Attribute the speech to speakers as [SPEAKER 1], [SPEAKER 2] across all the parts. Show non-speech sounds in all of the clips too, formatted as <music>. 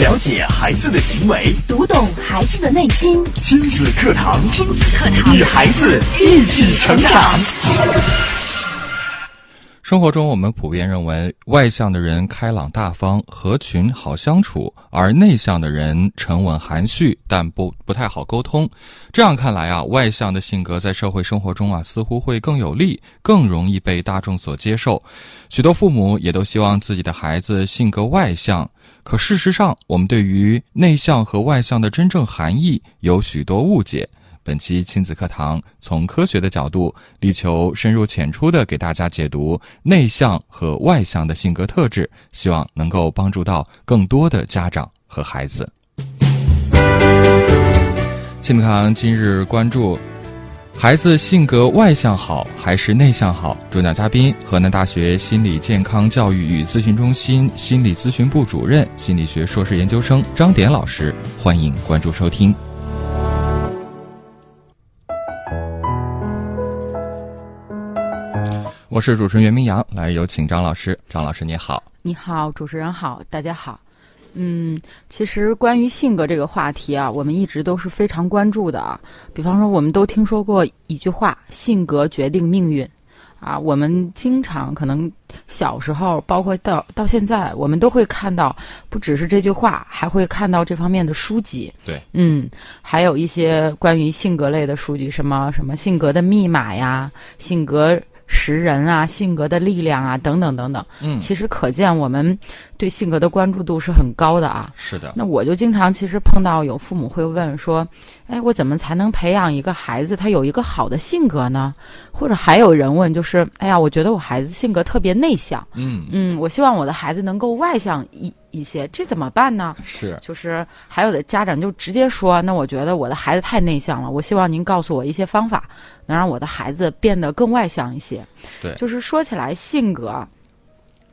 [SPEAKER 1] 了解孩子的行为，
[SPEAKER 2] 读懂孩子的内心。
[SPEAKER 1] 亲子课堂，
[SPEAKER 2] 亲子课堂
[SPEAKER 1] 与孩子一起成长。
[SPEAKER 3] 生活中，我们普遍认为外向的人开朗大方，合群好相处，而内向的人沉稳含蓄，但不不太好沟通。这样看来啊，外向的性格在社会生活中啊，似乎会更有利，更容易被大众所接受。许多父母也都希望自己的孩子性格外向，可事实上，我们对于内向和外向的真正含义有许多误解。本期亲子课堂从科学的角度，力求深入浅出的给大家解读内向和外向的性格特质，希望能够帮助到更多的家长和孩子。亲子课堂今日关注：孩子性格外向好还是内向好？主讲嘉宾：河南大学心理健康教育与咨询中心心理咨询部主任、心理学硕士研究生张典老师。欢迎关注收听。我是主持人袁明阳，来有请张老师。张老师你好，
[SPEAKER 4] 你好，主持人好，大家好。嗯，其实关于性格这个话题啊，我们一直都是非常关注的啊。比方说，我们都听说过一句话：“性格决定命运。”啊，我们经常可能小时候，包括到到现在，我们都会看到，不只是这句话，还会看到这方面的书籍。
[SPEAKER 3] 对，
[SPEAKER 4] 嗯，还有一些关于性格类的书籍，什么什么性格的密码呀，性格识人啊，性格的力量啊，等等等等。
[SPEAKER 3] 嗯
[SPEAKER 4] 其实可见我们对性格的关注度是很高的啊。
[SPEAKER 3] 是的，
[SPEAKER 4] 那我就经常其实碰到有父母会问说，哎，我怎么才能培养一个孩子他有一个好的性格呢？或者还有人问就是，哎呀，我觉得我孩子性格特别内向，
[SPEAKER 3] 嗯，
[SPEAKER 4] 嗯，我希望我的孩子能够外向一一些，这怎么办呢？
[SPEAKER 3] 是，
[SPEAKER 4] 就是还有的家长就直接说，那我觉得我的孩子太内向了，我希望您告诉我一些方法，能让我的孩子变得更外向一些。
[SPEAKER 3] 对
[SPEAKER 4] 就是说起来性格，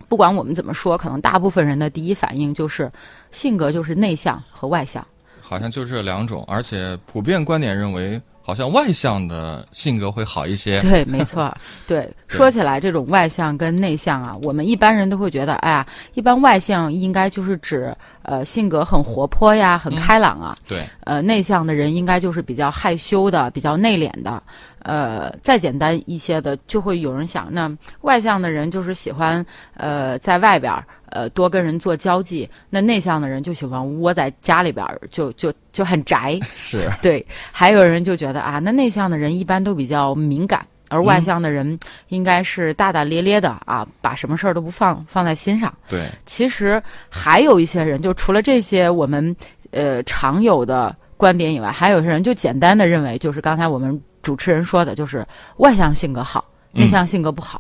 [SPEAKER 4] 不管我们怎么说，可能大部分人的第一反应就是性格就是内向和外向。
[SPEAKER 3] 好像就这两种，而且普遍观点认为，好像外向的性格会好一些。
[SPEAKER 4] 对，没 <laughs> 错，对。说起来，这种外向跟内向啊，我们一般人都会觉得，哎呀，一般外向应该就是指呃性格很活泼呀，很开朗啊。
[SPEAKER 3] 对，
[SPEAKER 4] 呃，内向的人应该就是比较害羞的，比较内敛的。呃，再简单一些的，就会有人想，那外向的人就是喜欢呃在外边儿呃多跟人做交际，那内向的人就喜欢窝在家里边儿，就就就很宅。 <laughs>
[SPEAKER 3] 是，
[SPEAKER 4] 对，还有人就觉得啊，那内向的人一般都比较敏感，而外向的人应该是大大咧咧的啊，把什么事儿都不放放在心上。
[SPEAKER 3] 对，
[SPEAKER 4] 其实还有一些人，就除了这些我们呃常有的观点以外，还有些人就简单的认为，就是刚才我们主持人说的，就是外向性格好，
[SPEAKER 3] 嗯
[SPEAKER 4] 内向性格不好。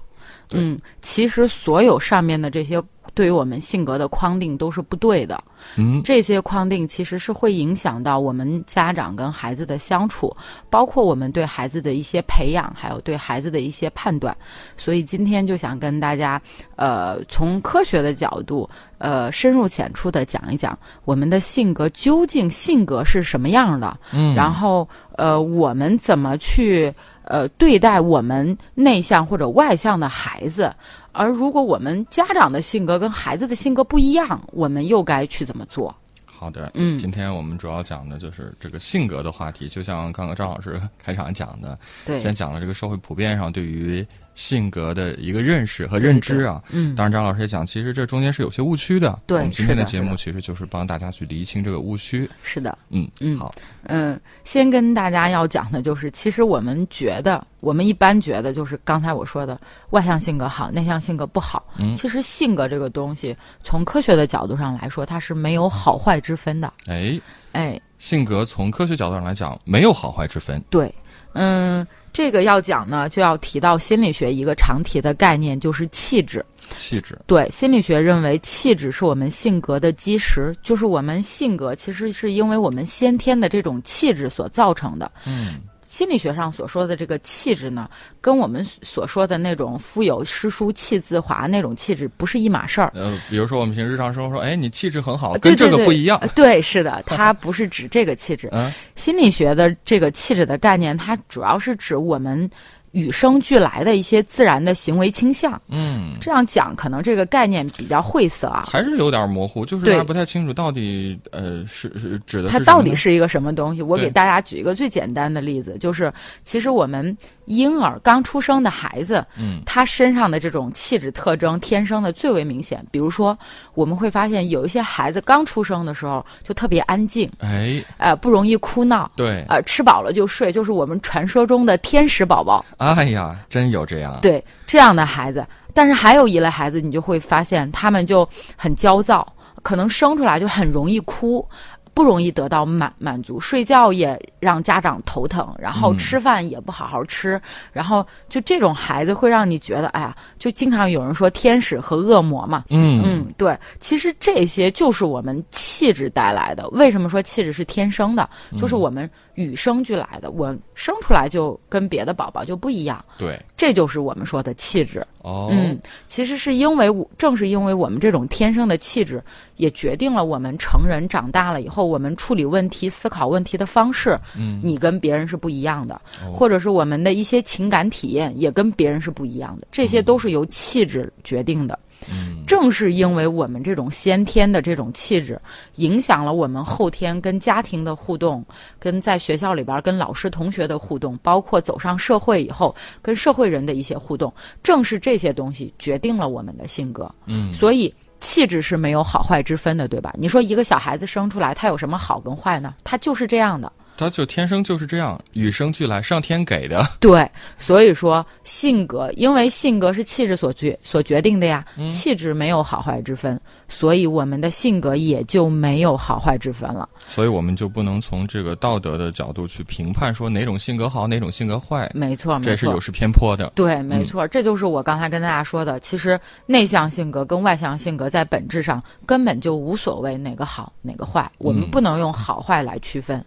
[SPEAKER 3] 对
[SPEAKER 4] 嗯，其实所有上面的这些对于我们性格的框定都是不对的。
[SPEAKER 3] 嗯，
[SPEAKER 4] 这些框定其实是会影响到我们家长跟孩子的相处，包括我们对孩子的一些培养，还有对孩子的一些判断。所以今天就想跟大家，呃，从科学的角度，呃，深入浅出的讲一讲我们的性格究竟性格是什么样的，
[SPEAKER 3] 嗯，
[SPEAKER 4] 然后呃，我们怎么去呃对待我们内向或者外向的孩子？而如果我们家长的性格跟孩子的性格不一样，我们又该去怎么做？
[SPEAKER 3] 好的，
[SPEAKER 4] 嗯
[SPEAKER 3] 今天我们主要讲的就是这个性格的话题，就像刚刚张老师开场讲的，
[SPEAKER 4] 对，
[SPEAKER 3] 先讲了这个社会普遍上对于性格的一个认识和认知啊。
[SPEAKER 4] 嗯，
[SPEAKER 3] 当然，张老师也讲，其实这中间是有些误区的。
[SPEAKER 4] 对
[SPEAKER 3] 我们今天的
[SPEAKER 4] 是的
[SPEAKER 3] 节
[SPEAKER 4] 是
[SPEAKER 3] 目
[SPEAKER 4] 的
[SPEAKER 3] 其实就是帮大家去厘清这个误区。
[SPEAKER 4] 是的，
[SPEAKER 3] 嗯
[SPEAKER 4] 嗯
[SPEAKER 3] 好，
[SPEAKER 4] 嗯，先跟大家要讲的就是，其实我们觉得，我们一般觉得就是刚才我说的外向性格好，内向性格不好。
[SPEAKER 3] 嗯
[SPEAKER 4] 其实性格这个东西，从科学的角度上来说，它是没有好坏之分的。
[SPEAKER 3] 哎，
[SPEAKER 4] 哎，
[SPEAKER 3] 性格从科学角度上来讲，没有好坏之分。
[SPEAKER 4] 对，嗯，这个要讲呢，就要提到心理学一个常提的概念，就是气质。
[SPEAKER 3] 气质，
[SPEAKER 4] 对，心理学认为气质是我们性格的基石，就是我们性格其实是因为我们先天的这种气质所造成的。
[SPEAKER 3] 嗯，
[SPEAKER 4] 心理学上所说的这个气质呢，跟我们所说的那种腹有诗书气自华那种气质不是一码事儿。
[SPEAKER 3] 呃，比如说我们平时日常生活说，哎，你气质很好，
[SPEAKER 4] 呃
[SPEAKER 3] 跟
[SPEAKER 4] 对
[SPEAKER 3] 这
[SPEAKER 4] 对
[SPEAKER 3] 个
[SPEAKER 4] 对
[SPEAKER 3] 不一样
[SPEAKER 4] 呃。对，是的，它不是指这个气质。
[SPEAKER 3] 嗯，
[SPEAKER 4] 心理学的这个气质的概念，它主要是指我们与生俱来的一些自然的行为倾向。
[SPEAKER 3] 嗯，
[SPEAKER 4] 这样讲可能这个概念比较晦涩啊，
[SPEAKER 3] 还是有点模糊，就是
[SPEAKER 4] 对
[SPEAKER 3] 大家不太清楚到底呃是是指的是
[SPEAKER 4] 它
[SPEAKER 3] 什么
[SPEAKER 4] 到底是一个什么东西？我
[SPEAKER 3] 对
[SPEAKER 4] 给大家举一个最简单的例子，就是其实我们婴儿刚出生的孩子，
[SPEAKER 3] 嗯
[SPEAKER 4] 他身上的这种气质特征天生的最为明显。比如说，我们会发现有一些孩子刚出生的时候就特别安静，
[SPEAKER 3] 哎
[SPEAKER 4] 呃，不容易哭闹，
[SPEAKER 3] 对，
[SPEAKER 4] 呃，吃饱了就睡，就是我们传说中的天使宝宝。
[SPEAKER 3] 哎呀，真有这样啊，
[SPEAKER 4] 对这样的孩子，但是还有一类孩子，你就会发现他们就很焦躁，可能生出来就很容易哭。不容易得到满满足，睡觉也让家长头疼，然后
[SPEAKER 3] 嗯
[SPEAKER 4] 吃饭也不好好吃，然后就这种孩子会让你觉得，哎呀，就经常有人说天使和恶魔嘛，
[SPEAKER 3] 嗯
[SPEAKER 4] 嗯，对，其实这些就是我们气质带来的。为什么说气质是天生的？就是我们与生俱来的，我生出来就跟别的宝宝就不一样。
[SPEAKER 3] 对
[SPEAKER 4] 这就是我们说的气质。
[SPEAKER 3] 哦
[SPEAKER 4] 嗯，其实是因为我，正是因为我们这种天生的气质，也决定了我们成人长大了以后，我们处理问题、思考问题的方式。
[SPEAKER 3] 嗯，
[SPEAKER 4] 你跟别人是不一样的，
[SPEAKER 3] 哦
[SPEAKER 4] 或者是我们的一些情感体验也跟别人是不一样的，这
[SPEAKER 3] 哦
[SPEAKER 4] 些都是由气质决定的。
[SPEAKER 3] 嗯
[SPEAKER 4] 正是因为我们这种先天的这种气质，影响了我们后天跟家庭的互动，跟在学校里边儿跟老师、同学的互动，包括走上社会以后跟社会人的一些互动，正是这些东西决定了我们的性格。
[SPEAKER 3] 嗯
[SPEAKER 4] 所以气质是没有好坏之分的，对吧？你说一个小孩子生出来，他有什么好跟坏呢？他就是这样的。
[SPEAKER 3] 他就天生就是这样，与生俱来，上天给的。 <laughs>
[SPEAKER 4] 对，所以说性格，因为性格是气质所决所决定的呀，
[SPEAKER 3] 嗯
[SPEAKER 4] 气质没有好坏之分，所以我们的性格也就没有好坏之分了。
[SPEAKER 3] 所以我们就不能从这个道德的角度去评判说哪种性格好，哪种性格坏，
[SPEAKER 4] 没
[SPEAKER 3] 这
[SPEAKER 4] 错，嗯没
[SPEAKER 3] 是
[SPEAKER 4] 错
[SPEAKER 3] 有。失偏颇的。
[SPEAKER 4] 对，没
[SPEAKER 3] 嗯
[SPEAKER 4] 错，这就是我刚才跟大家说的。其实内向性格跟外向性格在本质上根本就无所谓哪个好哪个坏，我们
[SPEAKER 3] 嗯
[SPEAKER 4] 不能用好坏来区分。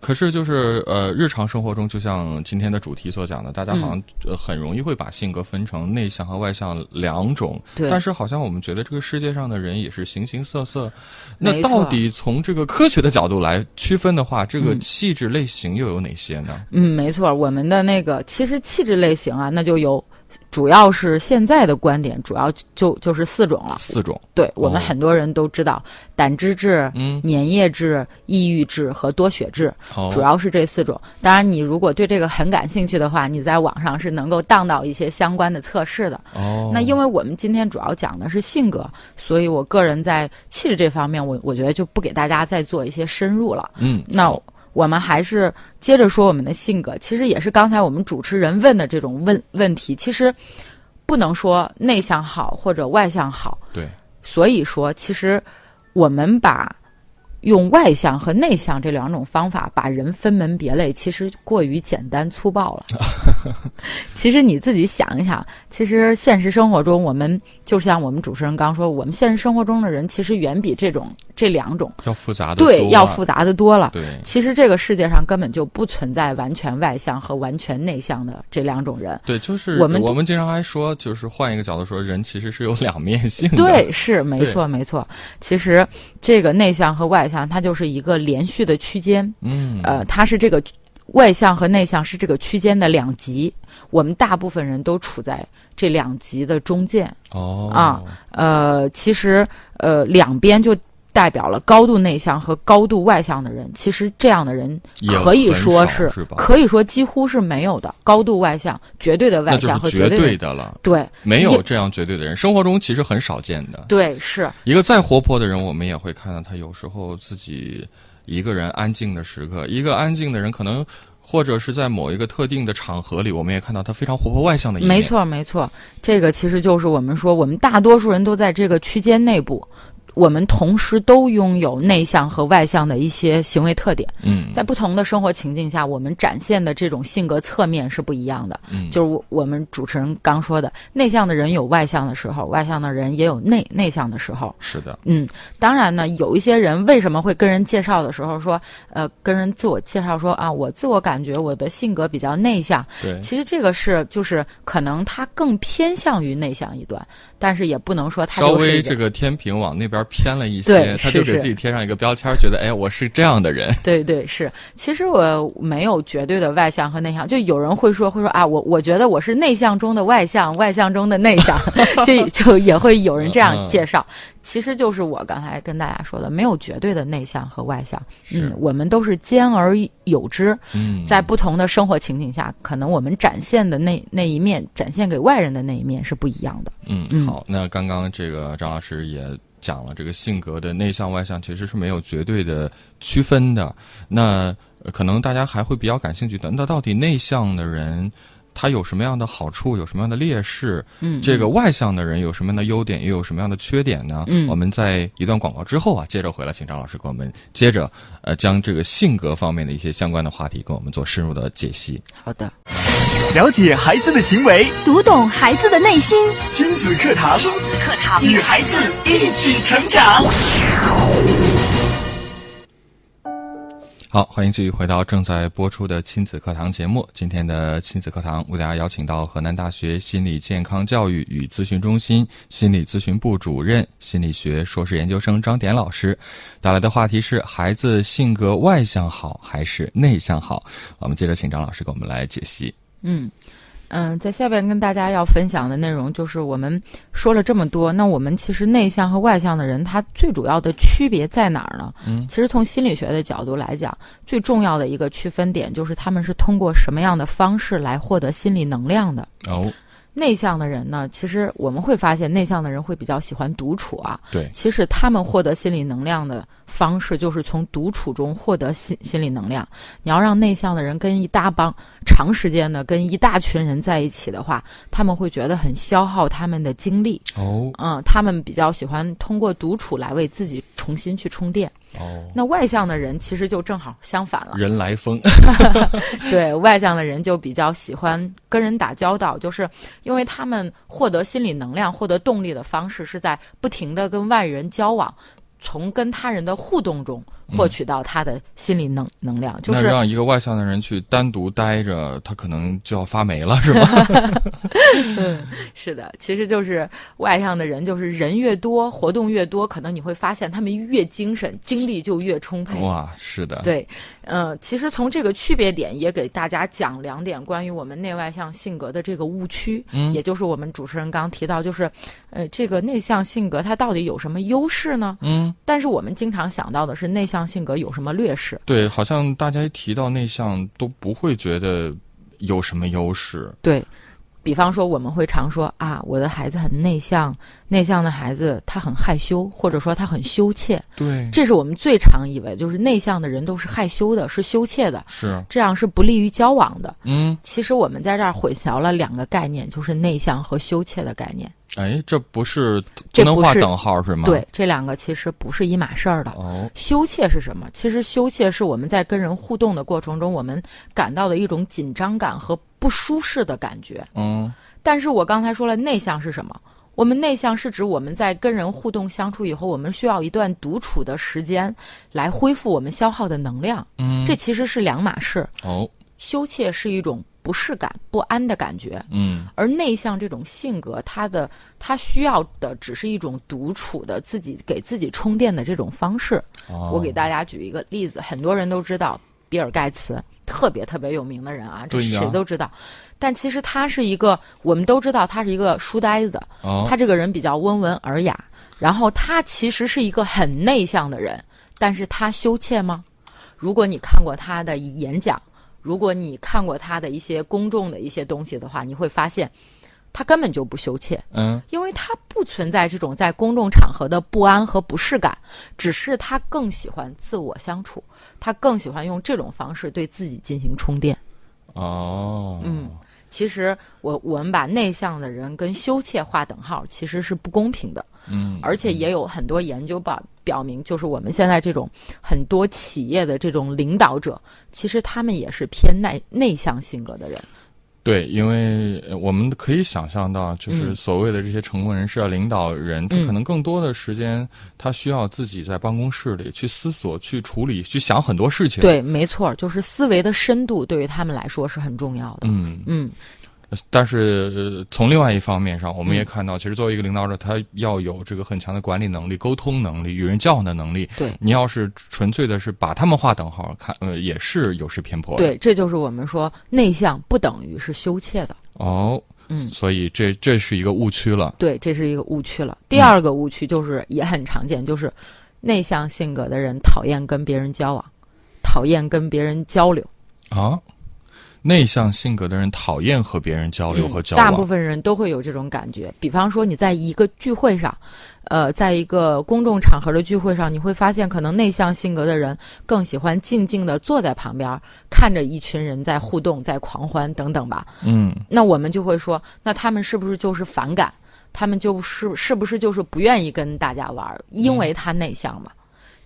[SPEAKER 3] 可是就是呃，日常生活中，就像今天的主题所讲的，大家
[SPEAKER 4] 嗯
[SPEAKER 3] 好像、呃很容易会把性格分成内向和外向两种。
[SPEAKER 4] 对
[SPEAKER 3] 但是好像我们觉得这个世界上的人也是形形色色。那
[SPEAKER 4] 没
[SPEAKER 3] 到
[SPEAKER 4] 错
[SPEAKER 3] 底从这个科学的角度来区分的话，这个
[SPEAKER 4] 嗯
[SPEAKER 3] 气质类型又有哪些呢？
[SPEAKER 4] 嗯，没错，我们的那个其实气质类型啊，那就有，主要是现在的观点，主要就就是四种了。
[SPEAKER 3] 四种。
[SPEAKER 4] 对我们
[SPEAKER 3] 哦
[SPEAKER 4] 很多人都知道，胆汁质、
[SPEAKER 3] 嗯，哦
[SPEAKER 4] 粘液质、抑郁质和多血质，
[SPEAKER 3] 好、
[SPEAKER 4] 主要是这四种。当然，你如果对这个很感兴趣的话，你在网上是能够当到一些相关的测试的。
[SPEAKER 3] 哦，
[SPEAKER 4] 那因为我们今天主要讲的是性格，所以我个人在气质这方面，我我觉得就不给大家再做一些深入了。
[SPEAKER 3] 嗯，
[SPEAKER 4] 那
[SPEAKER 3] 好
[SPEAKER 4] 我们还是接着说我们的性格，其实也是刚才我们主持人问的这种问问题。其实不能说内向好或者外向好，
[SPEAKER 3] 对，
[SPEAKER 4] 所以说其实我们把用外向和内向这两种方法把人分门别类，其实过于简单粗暴了。其实你自己想一想，其实现实生活中，我们就像我们主持人刚说，我们现实生活中的人其实远比这种这两种
[SPEAKER 3] 要复杂的
[SPEAKER 4] 对要
[SPEAKER 3] 复
[SPEAKER 4] 复杂的多了。
[SPEAKER 3] 对，
[SPEAKER 4] 其实这个世界上根本就不存在完全外向和完全内向的这两种人。
[SPEAKER 3] 对，就是
[SPEAKER 4] 我们
[SPEAKER 3] 我们经常还说，就是换一个角度说，人其实是有两面性的。
[SPEAKER 4] 对，是没
[SPEAKER 3] 嗯对
[SPEAKER 4] 错，没错。其实这个内向和外向，它就是一个连续的区间，
[SPEAKER 3] 嗯，
[SPEAKER 4] 呃，它是这个外向和内向是这个区间的两极。我们大部分人都处在这两极的中间。
[SPEAKER 3] 哦
[SPEAKER 4] 啊，呃，其实呃，两边就代表了高度内向和高度外向的人。其实这样的人
[SPEAKER 3] 也
[SPEAKER 4] 可以
[SPEAKER 3] 很
[SPEAKER 4] 说
[SPEAKER 3] 少是吧？
[SPEAKER 4] 可以说几乎是没有的。高度外向、绝对的
[SPEAKER 3] 那
[SPEAKER 4] 外
[SPEAKER 3] 就
[SPEAKER 4] 向
[SPEAKER 3] 是
[SPEAKER 4] 和
[SPEAKER 3] 绝
[SPEAKER 4] 绝
[SPEAKER 3] 对
[SPEAKER 4] 对的
[SPEAKER 3] 的了，
[SPEAKER 4] 对
[SPEAKER 3] 没有
[SPEAKER 4] 也
[SPEAKER 3] 这样绝对的人，生活中其实很少见的。
[SPEAKER 4] 对是
[SPEAKER 3] 一个再活泼的人，我们也会看到他有时候自己一个人安静的时刻，一个安静的人可能。或者是在某一个特定的场合里，我们也看到他非常活泼外向的一面。
[SPEAKER 4] 没，错没错。这个其实就是我们说，我们大多数人都在这个区间内部。我们同时都拥有内向和外向的一些行为特点，
[SPEAKER 3] 嗯，
[SPEAKER 4] 在不同的生活情境下，我们展现的这种性格侧面是不一样的。
[SPEAKER 3] 嗯
[SPEAKER 4] 就是我我们主持人刚说的，内向的人有外向的时候，外向的人也有内内向的时候。
[SPEAKER 3] 是的，
[SPEAKER 4] 嗯，当然呢，有一些人为什么会跟人介绍的时候说，呃，跟人自我介绍说啊，我自我感觉我的性格比较内向，
[SPEAKER 3] 对，
[SPEAKER 4] 其实这个是就是可能他更偏向于内向一端，但是也不能说他
[SPEAKER 3] <laughs> 稍
[SPEAKER 4] 就是
[SPEAKER 3] 微
[SPEAKER 4] 人
[SPEAKER 3] 这个天平往那边偏了一些
[SPEAKER 4] 对，嗯
[SPEAKER 3] 他就是给自己贴上一个标签，觉得哎，我是这样的人。
[SPEAKER 4] 对对是，其实我没有绝对的外向和内向，就有人会说会说啊，我我觉得我是内向中的外向，外向中的内
[SPEAKER 3] <laughs>
[SPEAKER 4] 向，就就也会有人这
[SPEAKER 3] 嗯嗯
[SPEAKER 4] 样介绍。其实就是我刚才跟大家说的，没有绝对的内向和外向，
[SPEAKER 3] 是
[SPEAKER 4] 嗯，我们都是兼而有之，
[SPEAKER 3] 嗯，
[SPEAKER 4] 在不同的生活情景下，可能我们展现的那那一面，展现给外人的那一面是不一样的。
[SPEAKER 3] 嗯，
[SPEAKER 4] 嗯
[SPEAKER 3] 好，那刚刚这个张老师也讲了，这个性格的内向外向其实是没有绝对的区分的。那呃可能大家还会比较感兴趣的，那到底内向的人他有什么样的好处，有什么样的劣势？
[SPEAKER 4] 嗯，
[SPEAKER 3] 这个外向的人有什么样的优点，又有什么样的缺点呢？
[SPEAKER 4] 嗯
[SPEAKER 3] 我们在一段广告之后啊，接着回来，请张老师给我们接着呃将这个性格方面的一些相关的话题跟我们做深入的解析。
[SPEAKER 4] 好的。
[SPEAKER 1] 了解孩子的行为，
[SPEAKER 2] 读懂孩子的内心。
[SPEAKER 1] 亲子课堂
[SPEAKER 2] 亲子课堂，
[SPEAKER 1] 与孩子一起成长。
[SPEAKER 3] 好，欢迎继续回到正在播出的亲子课堂节目。今天的亲子课堂为大家邀请到河南大学心理健康教育与咨询中心心理咨询部主任、心理学硕士研究生张典老师，带来的话题是孩子性格外向好还是内向好？我们接着请张老师给我们来解析。
[SPEAKER 4] 嗯嗯，在下边跟大家要分享的内容就是我们说了这么多，那我们其实内向和外向的人，他最主要的区别在哪儿呢？
[SPEAKER 3] 嗯
[SPEAKER 4] 其实从心理学的角度来讲，最重要的一个区分点就是他们是通过什么样的方式来获得心理能量的。
[SPEAKER 3] 哦，
[SPEAKER 4] 内向的人呢，其实我们会发现，内向的人会比较喜欢独处啊。
[SPEAKER 3] 对，
[SPEAKER 4] 其实他们获得心理能量的方式，就是从独处中获得心心理能量。你要让内向的人跟一大帮长时间的跟一大群人在一起的话，他们会觉得很消耗他们的精力。
[SPEAKER 3] 哦，
[SPEAKER 4] 嗯，他们比较喜欢通过独处来为自己重新去充电。
[SPEAKER 3] 哦，
[SPEAKER 4] 那外向的人其实就正好相反了，
[SPEAKER 3] 人来疯， <laughs>
[SPEAKER 4] 对外向的人就比较喜欢跟人打交道，就是因为他们获得心理能量、获得动力的方式是在不停的跟外人交往，从跟他人的互动中获取到他的心理能、能量，就
[SPEAKER 3] 那
[SPEAKER 4] 是
[SPEAKER 3] 让一个外向的人去单独待着，他可能就要发霉了，是吧？
[SPEAKER 4] 是的，其实就是外向的人，就是人越多，活动越多，可能你会发现他们越精神，精力就越充沛。
[SPEAKER 3] 哇，是的，
[SPEAKER 4] 对，呃，其实从这个区别点也给大家讲两点关于我们内外向性格的这个误区，
[SPEAKER 3] 嗯
[SPEAKER 4] 也就是我们主持人刚刚提到，就是，呃，这个内向性格它到底有什么优势呢？
[SPEAKER 3] 嗯。
[SPEAKER 4] 但是我们经常想到的是内向性格有什么劣势？
[SPEAKER 3] 对，好像大家一提到内向都不会觉得有什么优势。
[SPEAKER 4] 对。比方说，我们会常说啊，我的孩子很内向，内向的孩子他很害羞，或者说他很羞怯，
[SPEAKER 3] 对，
[SPEAKER 4] 这是我们最常以为，就是内向的人都是害羞的，是羞怯的，
[SPEAKER 3] 是，
[SPEAKER 4] 这样是不利于交往的。
[SPEAKER 3] 嗯，
[SPEAKER 4] 其实我们在这儿混淆了两个概念，就是内向和羞怯的概念。
[SPEAKER 3] 哎，这不是不
[SPEAKER 4] 这
[SPEAKER 3] 能
[SPEAKER 4] 不
[SPEAKER 3] 画
[SPEAKER 4] 是
[SPEAKER 3] 等号是吗？，
[SPEAKER 4] 对，这两个其实不是一码事儿的。
[SPEAKER 3] 哦，
[SPEAKER 4] 羞怯是什么？其实羞怯是我们在跟人互动的过程中，我们感到的一种紧张感和不舒适的感觉。
[SPEAKER 3] 嗯，
[SPEAKER 4] 但是我刚才说了，内向是什么？我们内向是指我们在跟人互动相处以后，我们需要一段独处的时间来恢复我们消耗的能量。
[SPEAKER 3] 嗯，
[SPEAKER 4] 这其实是两码事。
[SPEAKER 3] 哦，
[SPEAKER 4] 羞怯是一种不适感、不安的感觉，
[SPEAKER 3] 嗯，
[SPEAKER 4] 而内向这种性格，他的他需要的只是一种独处的自己给自己充电的这种方式。
[SPEAKER 3] 哦
[SPEAKER 4] 我给大家举一个例子，很多人都知道比尔盖茨，特别特别有名的人啊，这
[SPEAKER 3] 对呀
[SPEAKER 4] 谁都知道。但其实他是一个，我们都知道他是一个书呆子，
[SPEAKER 3] 哦，
[SPEAKER 4] 他这个人比较温文尔雅，然后他其实是一个很内向的人，但是他羞怯吗？如果你看过他的演讲，如果你看过他的一些公众的一些东西的话，你会发现，他根本就不羞怯，
[SPEAKER 3] 嗯，
[SPEAKER 4] 因为他不存在这种在公众场合的不安和不适感，只是他更喜欢自我相处，他更喜欢用这种方式对自己进行充电。
[SPEAKER 3] 哦，嗯，
[SPEAKER 4] 其实我我们把内向的人跟羞怯划等号，其实是不公平的。
[SPEAKER 3] 嗯，
[SPEAKER 4] 而且也有很多研究吧表明，就是我们现在这种很多企业的这种领导者，其实他们也是偏内内向性格的人。
[SPEAKER 3] 对，因为呃我们可以想象到，就是
[SPEAKER 4] 嗯
[SPEAKER 3] 所谓的这些成功人士啊、领导人，他
[SPEAKER 4] 嗯
[SPEAKER 3] 可能更多的时间，他需要自己在办公室里去思索、去处理、去想很多事情。，
[SPEAKER 4] 对，没错，就是思维的深度对于他们来说是很重要的。
[SPEAKER 3] 嗯，
[SPEAKER 4] 嗯，
[SPEAKER 3] 但是、呃从另外一方面上，我们也看到，其实作为一个领导者，他要有这个很强的管理能力、沟通能力、与人交往的能力。
[SPEAKER 4] 对
[SPEAKER 3] 你要是纯粹的是把他们划等号看，呃，也是有失偏颇的。
[SPEAKER 4] 对，这就是我们说内向不等于是羞怯的。
[SPEAKER 3] 哦，
[SPEAKER 4] 嗯
[SPEAKER 3] 所以这这是一个误区了。
[SPEAKER 4] 对，这是一个误区了。
[SPEAKER 3] 嗯
[SPEAKER 4] 第二个误区就是也很常见，就是内向性格的人讨厌跟别人交往，讨厌跟别人交流。
[SPEAKER 3] 啊，内向性格的人讨厌和别人交哦流和交
[SPEAKER 4] 嗯大部
[SPEAKER 3] 往。
[SPEAKER 4] 分人都会有这种感觉。比方说，你在一个聚会上，呃，在一个公众场合的聚会上，你会发现，可能内向性格的人更喜欢静静的坐在旁边，看着一群人在互动、在狂欢等等吧。
[SPEAKER 3] 嗯，
[SPEAKER 4] 那我们就会说，那他们是不是就是反感？他们就是是不是就是不愿意跟大家玩儿，因为他内向嘛？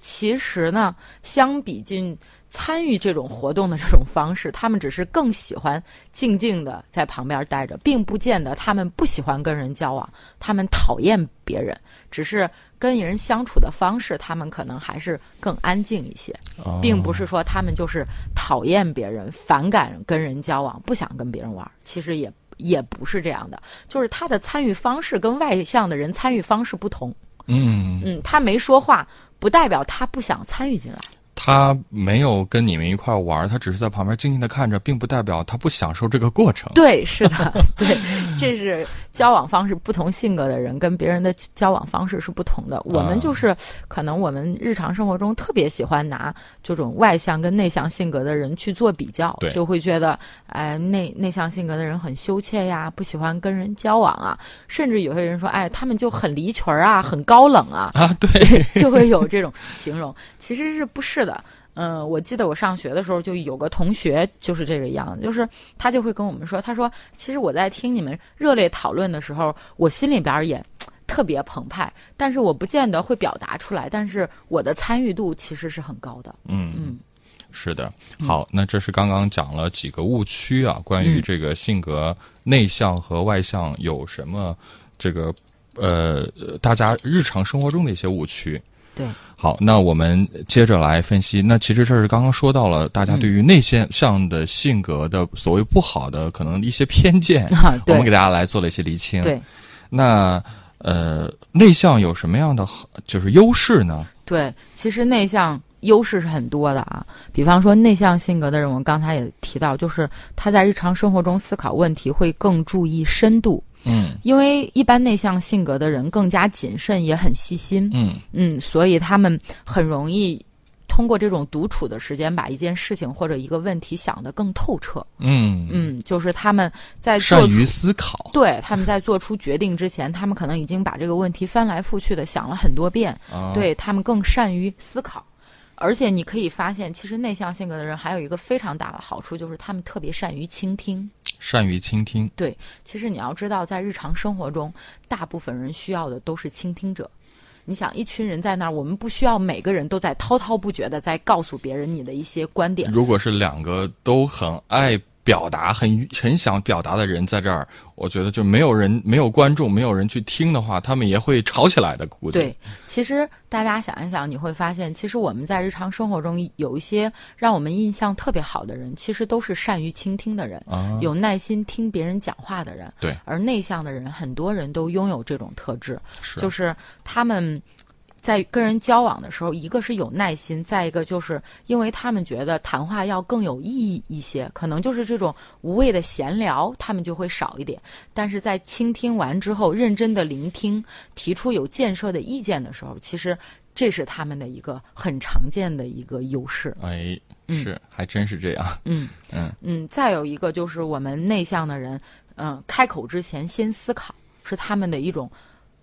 [SPEAKER 4] 其实呢，相比进参与这种活动的这种方式，他们只是更喜欢静静的在旁边待着，并不见得他们不喜欢跟人交往，他们讨厌别人，只是跟人相处的方式，他们可能还是更安静一些，
[SPEAKER 3] 哦
[SPEAKER 4] 并不是说他们就是讨厌别人、反感跟人交往、不想跟别人玩儿，其实也也不是这样的，就是他的参与方式跟外向的人参与方式不同。
[SPEAKER 3] 嗯，
[SPEAKER 4] 嗯，他没说话，不代表他不想参与进来。
[SPEAKER 3] 他没有跟你们一块玩儿，他只是在旁边静静的看着，并不代表他不享受这个过程。
[SPEAKER 4] 对，是的，对，这是交往方式不同，性格的人跟别人的交往方式是不同的。我
[SPEAKER 3] 啊
[SPEAKER 4] 们就是可能我们日常生活中特别喜欢拿这种外向跟内向性格的人去做比较
[SPEAKER 3] 对，
[SPEAKER 4] 就会觉得哎，内内向性格的人很羞怯呀，不喜欢跟人交往啊，甚至有些人说哎，他们就很离群儿啊，很高冷啊，
[SPEAKER 3] 啊，对，
[SPEAKER 4] <laughs> 就会有这种形容，其实是不是的。嗯，我记得我上学的时候就有个同学就是这个样，就是他就会跟我们说，他说其实我在听你们热烈讨论的时候，我心里边儿也特别澎湃，但是我不见得会表达出来，但是我的参与度其实是很高的。
[SPEAKER 3] 嗯
[SPEAKER 4] 嗯，
[SPEAKER 3] 是的。好，那这是刚刚讲了几个误区啊，关于
[SPEAKER 4] 嗯
[SPEAKER 3] 这个性格内向和外向有什么这个呃，大家日常生活中的一些误区。
[SPEAKER 4] 对，
[SPEAKER 3] 好，那我们接着来分析。那其实这是刚刚说到了大家对于内向的性格的所谓不好的可能一些偏见，
[SPEAKER 4] 啊，
[SPEAKER 3] 嗯我们给
[SPEAKER 4] <laughs> 对
[SPEAKER 3] 大家来做了一些厘清。，
[SPEAKER 4] 对
[SPEAKER 3] 那呃，内向有什么样的好就是优势呢？
[SPEAKER 4] 对，其实内向优势是很多的啊。比方说，内向性格的人，我刚才也提到，就是他在日常生活中思考问题会更注意深度，
[SPEAKER 3] 嗯
[SPEAKER 4] 因为一般内向性格的人更加谨慎，也很细心，
[SPEAKER 3] 嗯
[SPEAKER 4] 嗯，所以他们很容易通过这种独处的时间，把一件事情或者一个问题想得更透彻，
[SPEAKER 3] 嗯，
[SPEAKER 4] 嗯，就是他们在做
[SPEAKER 3] 善
[SPEAKER 4] 出
[SPEAKER 3] 于思考
[SPEAKER 4] 对他们在做出决定之前，他们可能已经把这个问题翻来覆去的想了很多遍，
[SPEAKER 3] 啊，
[SPEAKER 4] 对他们更善于思考。而且你可以发现，其实内向性格的人还有一个非常大的好处，就是他们特别善于倾听。
[SPEAKER 3] 善于倾听。
[SPEAKER 4] 其实你要知道，在日常生活中，大部分人需要的都是倾听者。你想，一群人在那儿，我们不需要每个人都在滔滔不绝的在告诉别人你的一些观点。
[SPEAKER 3] 如果是两个都很爱表达、很很想表达的人在这儿，我觉得就没有人、没有观众、没有人去听的话，他们也会吵起来的。估计
[SPEAKER 4] 对，其实大家想一想，你会发现，其实我们在日常生活中有一些让我们印象特别好的人，其实都是善于倾听的人，
[SPEAKER 3] 啊，
[SPEAKER 4] 有耐心听别人讲话的人。
[SPEAKER 3] 对，
[SPEAKER 4] 而内向的人，很多人都拥有这种特质。
[SPEAKER 3] 是
[SPEAKER 4] 就是他们在跟人交往的时候，一个是有耐心，再一个就是因为他们觉得谈话要更有意义一些，可能就是这种无谓的闲聊，他们就会少一点。但是在倾听完之后，认真的聆听，提出有建设的意见的时候，其实这是他们的一个很常见的一个优势。
[SPEAKER 3] 哎，
[SPEAKER 4] 嗯
[SPEAKER 3] 是还真是这样。
[SPEAKER 4] 嗯
[SPEAKER 3] 嗯
[SPEAKER 4] 嗯，再有一个就是我们内向的人，嗯、开口之前先思考，是他们的一种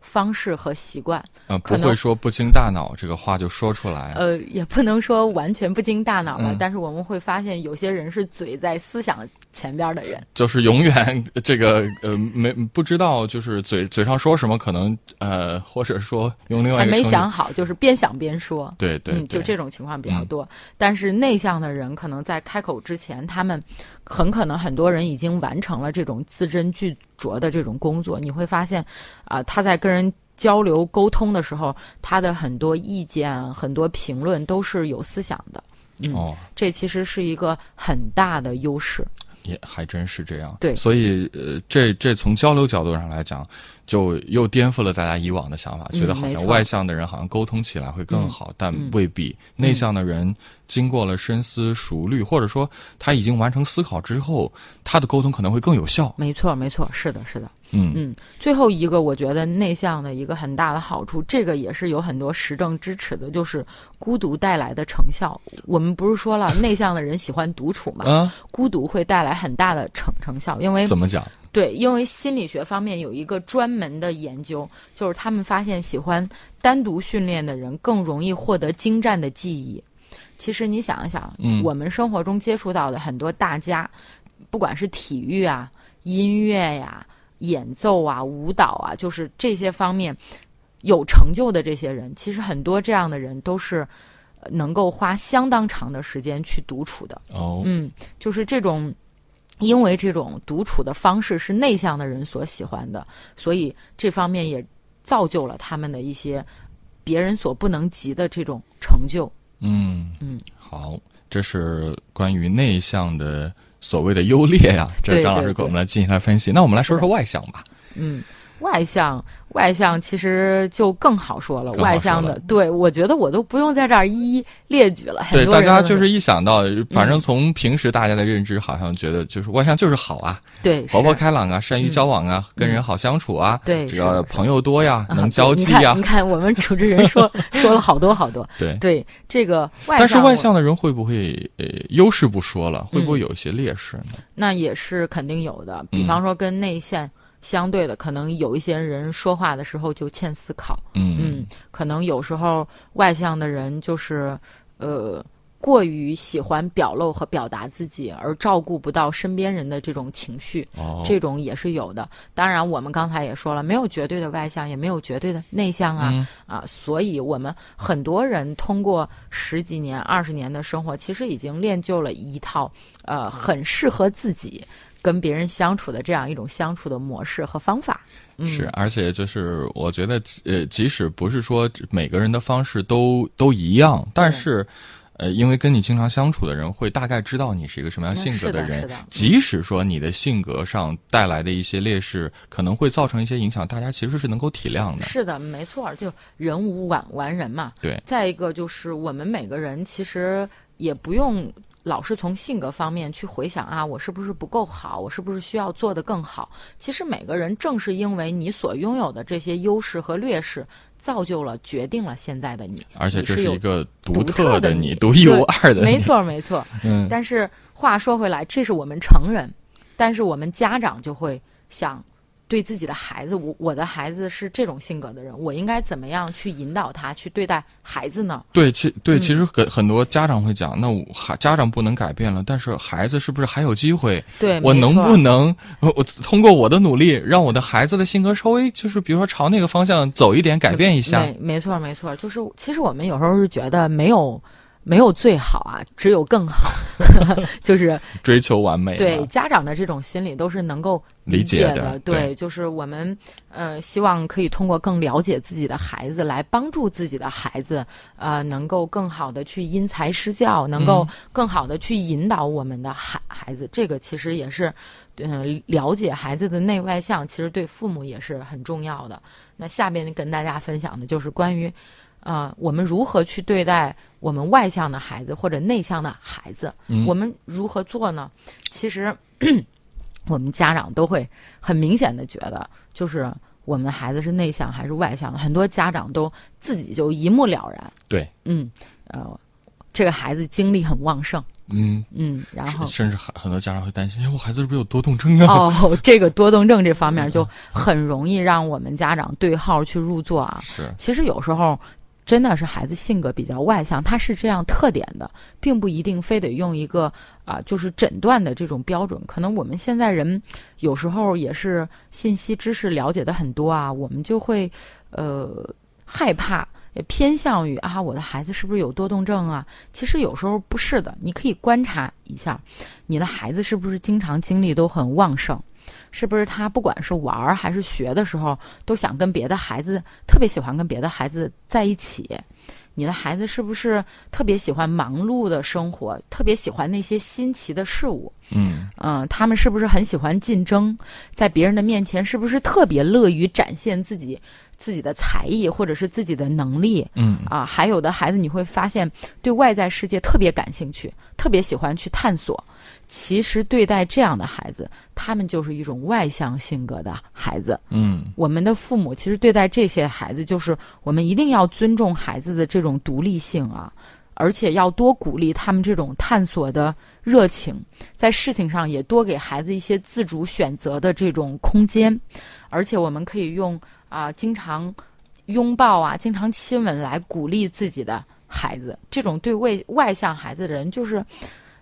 [SPEAKER 4] 方式和习惯。
[SPEAKER 3] 呃，不
[SPEAKER 4] 可能
[SPEAKER 3] 会说不经大脑这个话就说出来。
[SPEAKER 4] 呃，也不能说完全不经大脑吧，
[SPEAKER 3] 嗯
[SPEAKER 4] 但是我们会发现有些人是嘴在思想前边的人，
[SPEAKER 3] 就是永远这个呃没不知道，就是嘴嘴上说什么，可能呃，或者说用另外
[SPEAKER 4] 还
[SPEAKER 3] 一个
[SPEAKER 4] 没
[SPEAKER 3] 成语
[SPEAKER 4] 想好，就是边想边说。
[SPEAKER 3] 对对，
[SPEAKER 4] 嗯，就
[SPEAKER 3] 对
[SPEAKER 4] 这种情况比较多。但是内向的人可能在开口之前，他们很可能很多人已经完成了这种字斟句酌的这种工作。你会发现，啊、他在跟人交流沟通的时候，他的很多意见、啊很多评论都是有思想的。嗯，
[SPEAKER 3] 哦，
[SPEAKER 4] 这其实是一个很大的优势。
[SPEAKER 3] 也还真是这样。
[SPEAKER 4] 对
[SPEAKER 3] 所以呃，这这从交流角度上来讲，就又颠覆了大家以往的想法，
[SPEAKER 4] 嗯
[SPEAKER 3] 觉得好
[SPEAKER 4] 没
[SPEAKER 3] 像
[SPEAKER 4] 错嗯
[SPEAKER 3] 外向的人好像沟通起来会更好，但未必。内向的人经过了深思熟虑，或者说他已经完成思考之后，他的沟通可能会更有效。
[SPEAKER 4] 没错，没错，是的，是的。
[SPEAKER 3] 嗯
[SPEAKER 4] 嗯，最后一个我觉得内向的一个很大的好处，这个也是有很多实证支持的，就是孤独带来的成效。我们不是说了内向的人喜欢独处嘛，
[SPEAKER 3] 啊，
[SPEAKER 4] 孤独会带来很大的成成效，因为
[SPEAKER 3] 怎么讲？
[SPEAKER 4] 对，因为心理学方面有一个专门的研究，就是他们发现喜欢单独训练的人更容易获得精湛的记忆。其实你想一想，
[SPEAKER 3] 嗯
[SPEAKER 4] 我们生活中接触到的很多大家，不管是体育啊、音乐呀、演奏啊、舞蹈啊，就是这些方面有成就的这些人，其实很多这样的人都是呃能够花相当长的时间去独处的。
[SPEAKER 3] 哦，
[SPEAKER 4] 嗯，就是这种，因为这种独处的方式是内向的人所喜欢的，所以这方面也造就了他们的一些别人所不能及的这种成就。
[SPEAKER 3] 嗯
[SPEAKER 4] 嗯，
[SPEAKER 3] 好，这是关于内向的所谓的优劣呀、这
[SPEAKER 4] 对
[SPEAKER 3] 张老师
[SPEAKER 4] 对
[SPEAKER 3] 给我
[SPEAKER 4] 对
[SPEAKER 3] 们来进行来分析。那我们来说说外向吧。
[SPEAKER 4] 嗯，外向，外向其实就更好说了。
[SPEAKER 3] 更好
[SPEAKER 4] 外向
[SPEAKER 3] 说
[SPEAKER 4] 的
[SPEAKER 3] 了，
[SPEAKER 4] 对我觉得我都不用在这儿一一列举了。很
[SPEAKER 3] 对，
[SPEAKER 4] 多
[SPEAKER 3] 大
[SPEAKER 4] 人
[SPEAKER 3] 家
[SPEAKER 4] 都嗯
[SPEAKER 3] 就是一想到，反正从平时大家的认知，好像觉得就是外向就是好啊，
[SPEAKER 4] 对
[SPEAKER 3] 活泼
[SPEAKER 4] 是嗯
[SPEAKER 3] 开朗啊，善于交往啊，跟人好相处啊，
[SPEAKER 4] 对
[SPEAKER 3] 这
[SPEAKER 4] 是的
[SPEAKER 3] 个
[SPEAKER 4] 是的
[SPEAKER 3] 朋友多呀，
[SPEAKER 4] 啊
[SPEAKER 3] 能
[SPEAKER 4] 对
[SPEAKER 3] 交
[SPEAKER 4] 你
[SPEAKER 3] 际
[SPEAKER 4] 看
[SPEAKER 3] 呀
[SPEAKER 4] 你，看，我们主持人说 <laughs> 说了好多好多。
[SPEAKER 3] 对。
[SPEAKER 4] 对这个外向，
[SPEAKER 3] 但是外向的人会不会呃优势不说了，会不
[SPEAKER 4] 嗯
[SPEAKER 3] 会有一些劣势呢？
[SPEAKER 4] 那也是肯定有的。比
[SPEAKER 3] 嗯
[SPEAKER 4] 方说跟内向相对的，可能有一些人说话的时候就欠思考，
[SPEAKER 3] 嗯
[SPEAKER 4] 嗯，可能有时候外向的人就是呃过于喜欢表露和表达自己，而照顾不到身边人的这种情绪。
[SPEAKER 3] 哦，
[SPEAKER 4] 这种也是有的，当然我们刚才也说了，没有绝对的外向，也没有绝对的内向啊、
[SPEAKER 3] 嗯
[SPEAKER 4] 啊，所以我们很多人通过十几年、二十年的生活，其实已经练就了一套呃很适合自己跟别人相处的这样一种相处的模式和方法。嗯、
[SPEAKER 3] 是，啊而且就是我觉得呃，即使不是说每个人的方式都都一样，但
[SPEAKER 4] 对
[SPEAKER 3] 是。呃，因为跟你经常相处的人会大概知道你是一个什么样
[SPEAKER 4] 嗯
[SPEAKER 3] 性格
[SPEAKER 4] 是的
[SPEAKER 3] 人，
[SPEAKER 4] 是的嗯
[SPEAKER 3] 即使说你的性格上带来的一些劣势，可能会造成一些影响，大家其实是能够体谅的。
[SPEAKER 4] 是的，没错儿，就人无完完人嘛。
[SPEAKER 3] 对
[SPEAKER 4] 再一个就是我们每个人其实也不用老是从性格方面去回想啊，我是不是不够好，我是不是需要做得更好。其实每个人正是因为你所拥有的这些优势和劣势，造就了决定了现在的你。
[SPEAKER 3] 而且
[SPEAKER 4] 你
[SPEAKER 3] 这
[SPEAKER 4] 是
[SPEAKER 3] 是
[SPEAKER 4] 有
[SPEAKER 3] 一个
[SPEAKER 4] 独
[SPEAKER 3] 特
[SPEAKER 4] 的
[SPEAKER 3] 你，独一无二的你。
[SPEAKER 4] 没，错儿，没错儿。
[SPEAKER 3] 嗯，
[SPEAKER 4] 但是话说回来，这是我们成人，但是我们家长就会想。对自己的孩子，我我的孩子是这种性格的人，我应该怎么样去引导他去对待孩子呢？
[SPEAKER 3] 对，其对，
[SPEAKER 4] 嗯
[SPEAKER 3] 其实很很多家长会讲，那我孩家长不能改变了，但是孩子是不是还有机会？
[SPEAKER 4] 对，
[SPEAKER 3] 我
[SPEAKER 4] 没
[SPEAKER 3] 能
[SPEAKER 4] 错
[SPEAKER 3] 不能我我通过我的努力，让我的孩子的性格稍微就是，比如说朝那个方向走一点，改变一下？
[SPEAKER 4] 嗯没没错没错，就是其实我们有时候是觉得没有没有最好啊，只有更好， <laughs> 就是
[SPEAKER 3] 追求完美嘛。
[SPEAKER 4] 对家长的这种心理都是能够
[SPEAKER 3] 理解
[SPEAKER 4] 解
[SPEAKER 3] 的
[SPEAKER 4] 对，
[SPEAKER 3] 对
[SPEAKER 4] 就是我们呃希望可以通过更了解自己的孩子，来帮助自己的孩子，呃，能够更好的去因材施
[SPEAKER 3] 嗯
[SPEAKER 4] 教，能够更好的去引导我们的孩孩子。这个其实也是，嗯、了解孩子的内外向，其实对父母也是很重要的。那下边跟大家分享的就是关于。呃，我们如何去对待我们外向的孩子或者内向的孩子？
[SPEAKER 3] 嗯
[SPEAKER 4] 我们如何做呢？其实我们家长都会很明显的觉得，就是我们的孩子是内向还是外向的，很多家长都自己就一目了然。
[SPEAKER 3] 对，
[SPEAKER 4] 嗯，呃，这个孩子精力很旺盛，
[SPEAKER 3] 嗯，
[SPEAKER 4] 嗯，然后
[SPEAKER 3] 甚甚至很很多家长会担心，哎，我孩子是不是有多动症啊？
[SPEAKER 4] <laughs> 哦，这个多动症这方面就很容易让我们家长对号去入座啊。
[SPEAKER 3] 是，
[SPEAKER 4] 其实有时候真的是孩子性格比较外向，他是这样特点的，并不一定非得用一个啊、就是诊断的这种标准。可能我们现在人有时候也是信息知识了解的很多啊，我们就会呃害怕。也偏向于啊，我的孩子是不是有多动症啊？其实有时候不是的，你可以观察一下，你的孩子是不是经常精力都很旺盛，是不是他不管是玩儿还是学的时候，都想跟别的孩子特别喜欢跟别的孩子在一起。你的孩子是不是特别喜欢忙碌的生活，特别喜欢那些新奇的事物？
[SPEAKER 3] 嗯，
[SPEAKER 4] 嗯，他们是不是很喜欢竞争？在别人的面前，是不是特别乐于展现自己自己的才艺或者是自己的能力？
[SPEAKER 3] 嗯
[SPEAKER 4] 啊，还有的孩子你会发现对外在世界特别感兴趣，特别喜欢去探索。其实对待这样的孩子，他们就是一种外向性格的孩子。
[SPEAKER 3] 嗯
[SPEAKER 4] 我们的父母其实对待这些孩子，就是我们一定要尊重孩子的这种独立性啊，而且要多鼓励他们这种探索的热情，在事情上也多给孩子一些自主选择的这种空间，而且我们可以用啊、经常拥抱啊，经常亲吻来鼓励自己的孩子。这种对外外向孩子的人，就是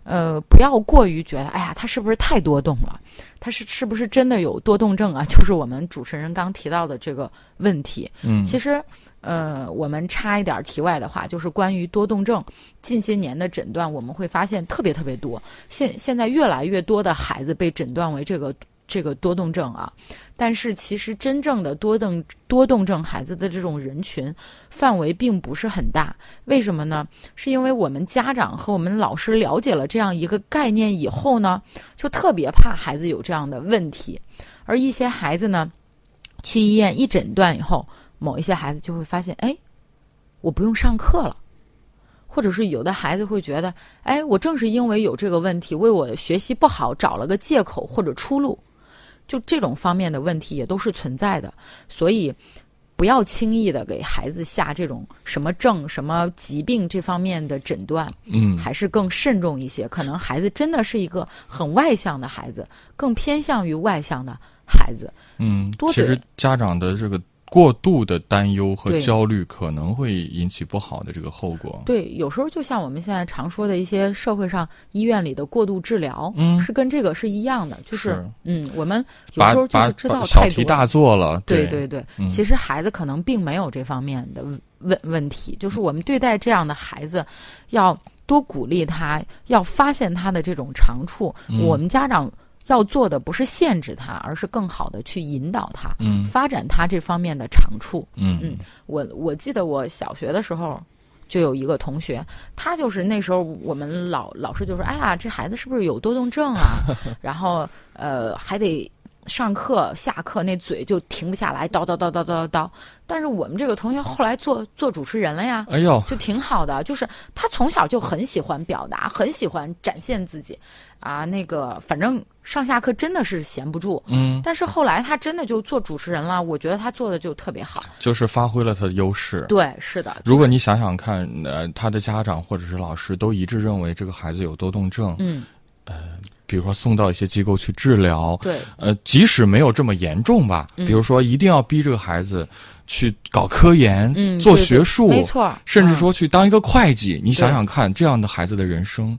[SPEAKER 4] 呃，不要过于觉得，哎呀，他是不是太多动了？他是是不是真的有多动症啊？ <laughs> 就是我们主持人刚提到的这个问题。
[SPEAKER 3] 嗯，
[SPEAKER 4] 其实，呃，我们插一点儿题外的话，就是关于多动症，近些年的诊断我们会发现特别特别多，现现在越来越多的孩子被诊断为这个这个多动症啊。但是其实真正的多动多动症孩子的这种人群范围并不是很大，为什么呢？是因为我们家长和我们老师了解了这样一个概念以后呢，就特别怕孩子有这样的问题，而一些孩子呢，去医院一诊断以后，某一些孩子就会发现，哎，我不用上课了。或者是有的孩子会觉得，哎，我正是因为有这个问题，为我的学习不好找了个借口或者出路，就这种方面的问题也都是存在的，所以不要轻易的给孩子下这种什么症、什么疾病这方面的诊断，
[SPEAKER 3] 嗯
[SPEAKER 4] 还是更慎重一些。可能孩子真的是一个很外向的孩子，更偏向于外向的孩子。
[SPEAKER 3] 嗯，
[SPEAKER 4] 多
[SPEAKER 3] 其实
[SPEAKER 4] 对
[SPEAKER 3] 家长的这个过度的担忧和
[SPEAKER 4] 对
[SPEAKER 3] 焦虑可能会引起不好的这个后果。
[SPEAKER 4] 对，有时候就像我们现在常说的一些社会上医院里的过度治疗，
[SPEAKER 3] 嗯
[SPEAKER 4] 是跟这个是一样的，就是
[SPEAKER 3] 是
[SPEAKER 4] 嗯，我们有
[SPEAKER 3] 把
[SPEAKER 4] 时候就
[SPEAKER 3] 把
[SPEAKER 4] 是知道
[SPEAKER 3] 把
[SPEAKER 4] 太
[SPEAKER 3] 小
[SPEAKER 4] 多
[SPEAKER 3] 题
[SPEAKER 4] 了
[SPEAKER 3] 大做了，
[SPEAKER 4] 对
[SPEAKER 3] 对，
[SPEAKER 4] 对，
[SPEAKER 3] 嗯
[SPEAKER 4] 其实孩子可能并没有这方面的问问问题，就是我们对待这样的孩子，要多鼓励他，要发现他的这种长处。
[SPEAKER 3] 嗯
[SPEAKER 4] 我们家长要做的不是限制他，而是更好的去引导他，
[SPEAKER 3] 嗯
[SPEAKER 4] 发展他这方面的长处。
[SPEAKER 3] 嗯
[SPEAKER 4] 嗯我我记得我小学的时候。就有一个同学，他就是那时候我们老老师就说：“哎呀，这孩子是不是有多动症啊？” <laughs> 然后呃，还得上课下课那嘴就停不下来，叨叨叨叨叨叨叨。但是我们这个同学后来做做主持人了呀，
[SPEAKER 3] 哎呦，
[SPEAKER 4] 就挺好的，就是他从小就很喜欢表达，很喜欢展现自己，啊，那个反正上下课真的是闲不住。
[SPEAKER 3] 嗯，
[SPEAKER 4] 但是后来他真的就做主持人了，我觉得他做的就特别好。
[SPEAKER 3] 就是发挥了他的优势。
[SPEAKER 4] 对，是的，
[SPEAKER 3] 如果你想想看，呃，他的家长或者是老师都一致认为这个孩子有多动症，
[SPEAKER 4] 嗯，
[SPEAKER 3] 比如说送到一些机构去治疗，
[SPEAKER 4] 对，嗯
[SPEAKER 3] 呃，即使没有这么严重吧，比如说一定要逼这个孩子去搞科研，
[SPEAKER 4] 嗯，
[SPEAKER 3] 做
[SPEAKER 4] 对对
[SPEAKER 3] 学术，
[SPEAKER 4] 没错，
[SPEAKER 3] 甚至
[SPEAKER 4] 嗯
[SPEAKER 3] 说去当一个会计，你想想看，这样的孩子的人生，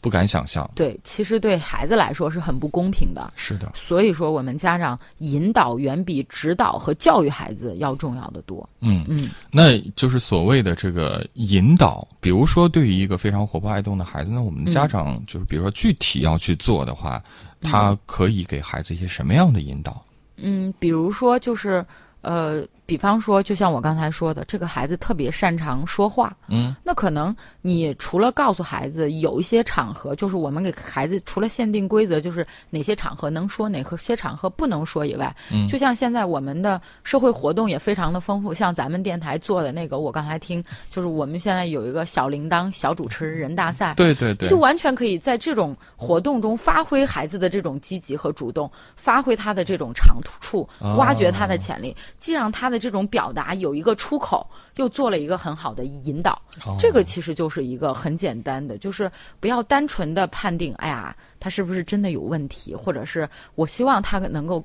[SPEAKER 3] 不敢想象。
[SPEAKER 4] 对，其实对孩子来说是很不公平的。
[SPEAKER 3] 是的，
[SPEAKER 4] 所以说，我们家长引导远比指导和教育孩子要重要的多。
[SPEAKER 3] 嗯，
[SPEAKER 4] 嗯，
[SPEAKER 3] 那就是所谓的这个引导，比如说对于一个非常活泼爱动的孩子，那我们家长就是比如说具体要去做的话，他可以给孩子一些什么样的引导？
[SPEAKER 4] 嗯，比如说就是呃，比方说，就像我刚才说的，这个孩子特别擅长说话，
[SPEAKER 3] 嗯，
[SPEAKER 4] 那可能你除了告诉孩子，有一些场合就是我们给孩子除了限定规则，就是哪些场合能说，哪些场合不能说以外，
[SPEAKER 3] 嗯
[SPEAKER 4] 就像现在我们的社会活动也非常的丰富，像咱们电台做的那个，我刚才听就是我们现在有一个小铃铛小主持人大赛，
[SPEAKER 3] 对对对
[SPEAKER 4] 就，完全可以在这种活动中发挥孩子的这种积极和主动，发挥他的这种长处
[SPEAKER 3] 哦，
[SPEAKER 4] 挖掘他的潜力，既让他的这种表达有一个出口，又做了一个很好的引导。
[SPEAKER 3] 哦
[SPEAKER 4] 这个其实就是一个很简单的，就是不要单纯的判定，哎呀，他是不是真的有问题，或者是我希望他能够。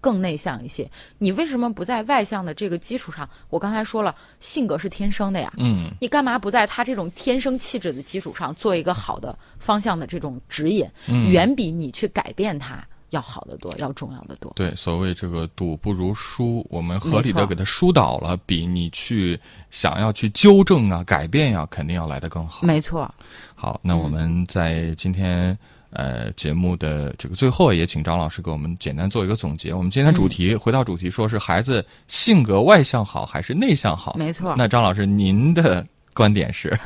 [SPEAKER 4] 更内向一些，你为什么不在外向的这个基础上？我刚才说了，性格是天生的呀，
[SPEAKER 3] 嗯
[SPEAKER 4] 你干嘛不在他这种天生气质的基础上做一个好的方向的这种指引，
[SPEAKER 3] 嗯，
[SPEAKER 4] 远比你去改变他要好得多，要重要的多。
[SPEAKER 3] 对，所谓这个赌不如疏，我们合理
[SPEAKER 4] 没
[SPEAKER 3] 的
[SPEAKER 4] 错
[SPEAKER 3] 给他疏导了，比你去想要去纠正啊、改变呀、肯定要来得更好。
[SPEAKER 4] 没错，
[SPEAKER 3] 好，那我们在今天。呃，节目的这个最后也请张老师给我们简单做一个总结。我们今天主题、回到主题，说是孩子性格外向好还是内向好？
[SPEAKER 4] 没错
[SPEAKER 3] 那张老师，您的观点是，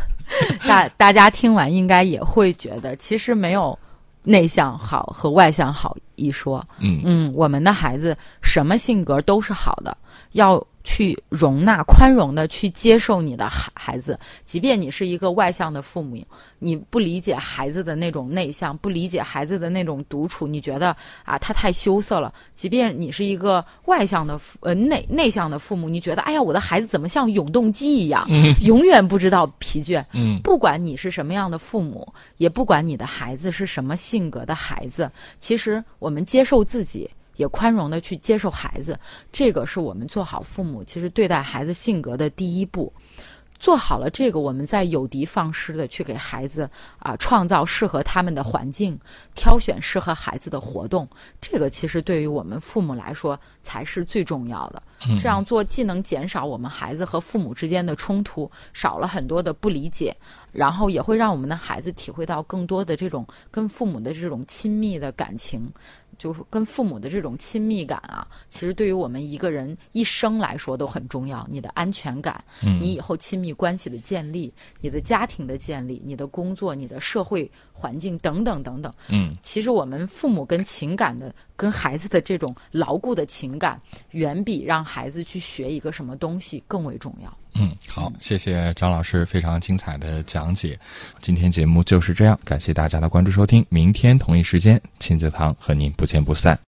[SPEAKER 4] 大大家听完应该也会觉得，其实没有内向好和外向好一说。
[SPEAKER 3] 嗯
[SPEAKER 4] 嗯，我们的孩子什么性格都是好的，要去容纳、宽容的去接受你的孩孩子，即便你是一个外向的父母，你不理解孩子的那种内向，不理解孩子的那种独处，你觉得啊他太羞涩了。即便你是一个外向的父呃内内向的父母，你觉得哎呀我的孩子怎么像永动机一样，永远不知道疲倦。
[SPEAKER 3] 嗯
[SPEAKER 4] 不管你是什么样的父母，也不管你的孩子是什么性格的孩子，其实我们接受自己，也宽容的去接受孩子，这个是我们做好父母，其实对待孩子性格的第一步。做好了这个，我们再有的放矢的去给孩子啊、创造适合他们的环境，挑选适合孩子的活动，这个其实对于我们父母来说才是最重要的。这样做既能减少我们孩子和父母之间的冲突，少了很多的不理解，然后也会让我们的孩子体会到更多的这种跟父母的这种亲密的感情，就跟父母的这种亲密感啊，其实对于我们一个人一生来说都很重要。你的安全感，你以后亲密关系的建立，你的家庭的建立，你的工作、你的社会环境等等等等。
[SPEAKER 3] 嗯，
[SPEAKER 4] 其实我们父母跟情感的、跟孩子的这种牢固的情感，远比让孩子去学一个什么东西更为重要。
[SPEAKER 3] 嗯，好，谢谢张老师非常精彩的讲解。今天节目就是这样，感谢大家的关注收听，明天同一时间亲子堂和您不见不散。